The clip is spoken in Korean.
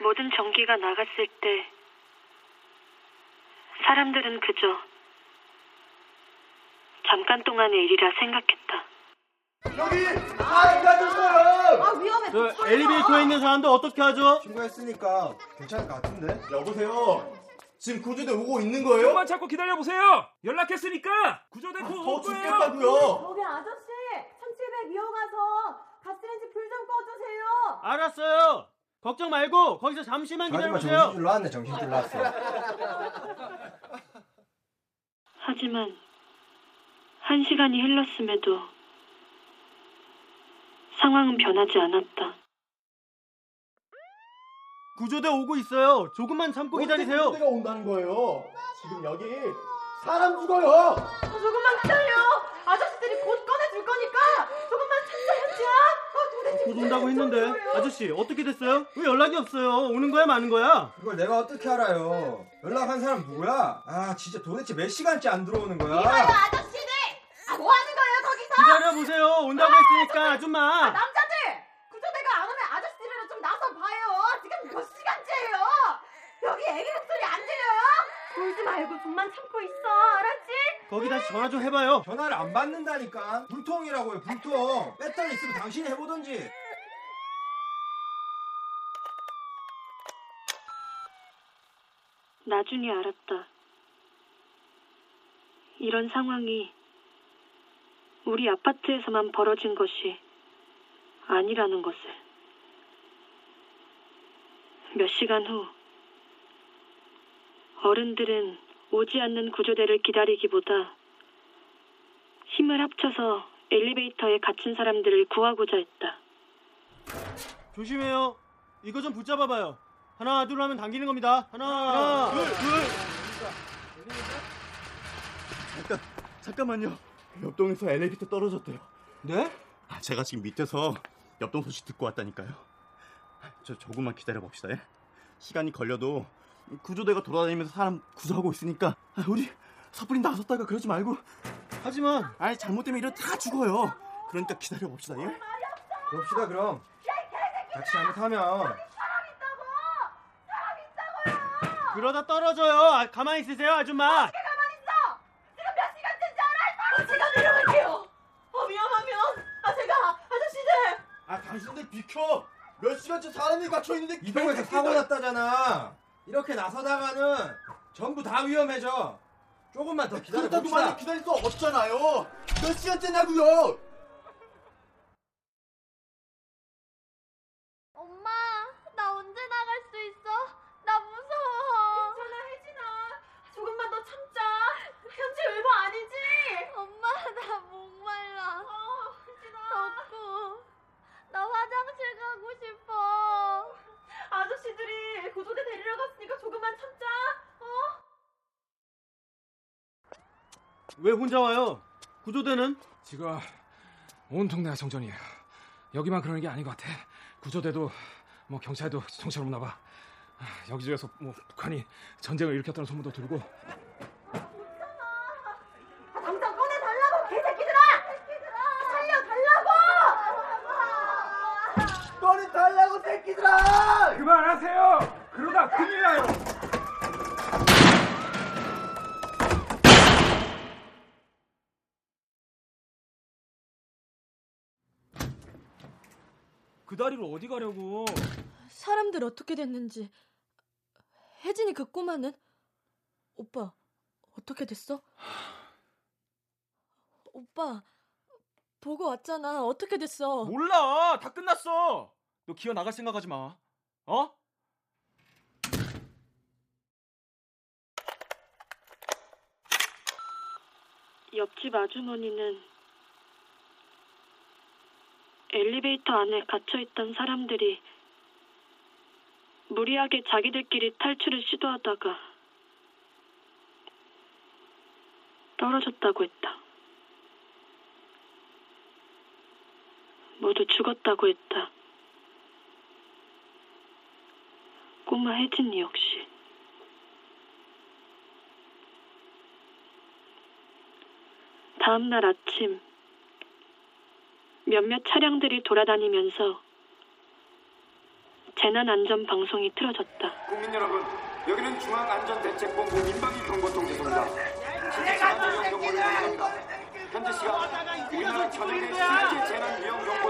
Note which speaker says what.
Speaker 1: 모든 전기가 나갔을 때 사람들은 그저 잠깐 동안의 일이라 생각했다.
Speaker 2: 아,
Speaker 3: 아,
Speaker 2: 그
Speaker 3: 어,
Speaker 2: 엘리베이터에 있는 사람도 어떻게 하죠?
Speaker 4: 신고했으니까 괜찮을 것 같은데?
Speaker 2: 여보세요. 지금 구조대 오고 있는 거예요?
Speaker 5: 조금만 참고 기다려보세요! 연락했으니까! 구조대포 올 거예요!
Speaker 2: 죽겠다고요.
Speaker 3: 저기 아저씨 3700 이용가서 가스레인지 불 좀 꺼주세요
Speaker 2: 알았어요. 걱정 말고 거기서 잠시만
Speaker 4: 하지만
Speaker 2: 기다려보세요.
Speaker 4: 정신줄 나왔네 정신줄 나왔어
Speaker 1: 하지만 한 시간이 흘렀음에도 상황은 변하지 않았다.
Speaker 2: 구조대 오고 있어요. 조금만 참고 기다리세요. 구조대가 온다는 거예요. 지금 여기 사람 죽어요.
Speaker 3: 어, 조금만 기다려 아저씨들이 곧 꺼내줄 거니까 조금만 참자 현지야 어, 도대체
Speaker 2: 아, 곧 온다고
Speaker 3: 무슨
Speaker 2: 했는데
Speaker 3: 일이에요?
Speaker 2: 아저씨 어떻게 됐어요? 왜 연락이 없어요? 오는 거야 마는 거야?
Speaker 4: 그걸 내가 어떻게 알아요 연락한 사람 누구야? 아 진짜 도대체 몇 시간째 안 들어오는
Speaker 3: 이봐요
Speaker 4: 거야
Speaker 3: 아저씨들 아, 뭐 하는 거예요 거기서
Speaker 2: 기다려보세요. 온다고 했으니까 아줌마.
Speaker 3: 남자들 구조대가 안 오면 아저씨들이랑 좀 나서 봐요 지금 몇 시간째예요 여기 애기 목소리 안 들려요? 울지 말고 좀만 참고 있어 알았지?
Speaker 2: 거기 다시 전화 좀 해봐요.
Speaker 4: 전화를 안 받는다니까 불통이라고요 불통 배터리 있으면 당신이 해보던지
Speaker 1: 나중에 알았다. 이런 상황이 우리 아파트에서만 벌어진 것이 아니라는 것을. 몇 시간 후, 어른들은 오지 않는 구조대를 기다리기보다 힘을 합쳐서 엘리베이터에 갇힌 사람들을 구하고자 했다.
Speaker 2: 조심해요. 이거 좀 붙잡아봐요. 하나 둘 하면 당기는 겁니다. 하나, 둘.
Speaker 6: 잠깐, 잠깐만요. 옆동에서 엘리베이터 떨어졌대요.
Speaker 2: 네?
Speaker 6: 아, 제가 지금 밑에서 옆동 소식 듣고 왔다니까요. 저 조금만 기다려 봅시다. 시간이 걸려도 구조대가 돌아다니면서 사람 구조하고 있으니까 아, 우리 섣불리 나섰다가 그러지 말고
Speaker 2: 하지만
Speaker 6: 아니 잘못되면 이러 다 죽어요. 그러니까 기다려 봅시다. 예?
Speaker 4: 그럽시다 그럼 같이 잘못하면
Speaker 2: 그러다 떨어져요. 아, 가만히 있으세요, 아줌마.
Speaker 3: 지금 몇 시간째인지 알아요? 바로 제가 내려갈게요. 어, 위험하면 아 제가 아저씨들
Speaker 2: 아, 당신들 비켜. 몇 시간째 사람이 갇혀 있는데
Speaker 4: 이동에서 사고 났다잖아 이렇게 나서다가는 전부 다 위험해져 조금만 더
Speaker 2: 그렇다고
Speaker 4: 기다려봅시다
Speaker 2: 말로 기다릴 거 없잖아요. 몇 시간째냐고요?
Speaker 7: 엄마, 나 언제 나갈 수 있어? 나 무서워.
Speaker 3: 괜찮아 혜진아 조금만 더 참자. 현지 의보 아니지?
Speaker 7: 엄마, 나 목말라.
Speaker 3: 어 혜진아
Speaker 7: 덥고. 나 화장실 가고 싶어.
Speaker 3: 아저씨들이 구조대 데리러 갔으니까 조금만 참자. 어?
Speaker 2: 왜 혼자 와요? 구조대는?
Speaker 5: 아, 지금 온통 내가 정전이야. 여기만 그러는 게 아닌 것 같아. 구조대도 뭐 경찰도 정처럼 나봐. 아, 여기저기서 뭐 북한이 전쟁을 일으켰다는 소문도 들고
Speaker 3: 아, 당장 꺼내 달라고 개새끼들아! 살려 달라고!
Speaker 2: 너는 달라고 새끼들아!
Speaker 5: 그만하세요. 그러다 큰일 나요.
Speaker 2: 그 다리로 어디 가려고?
Speaker 3: 사람들 어떻게 됐는지 혜진이 그 꼬마는 오빠
Speaker 8: 어떻게 됐어? 오빠, 보고 왔잖아. 어떻게 됐어?
Speaker 2: 몰라 다 끝났어 너 기어 나갈 생각하지 마 어?
Speaker 1: 옆집 아주머니는 엘리베이터 안에 갇혀있던 사람들이 무리하게 자기들끼리 탈출을 시도하다가 떨어졌다고 했다. 모두 죽었다고 했다. 꼬마 혜진이 역시. 다음 날 아침 몇몇 차량들이 돌아다니면서 재난안전방송이 틀어졌다.
Speaker 6: 국민 여러분, 여기는 중앙안전대책본부 민방위 경보통지소입니다. 현재 시각 우리나라 전역의 실제 재난 위험 경보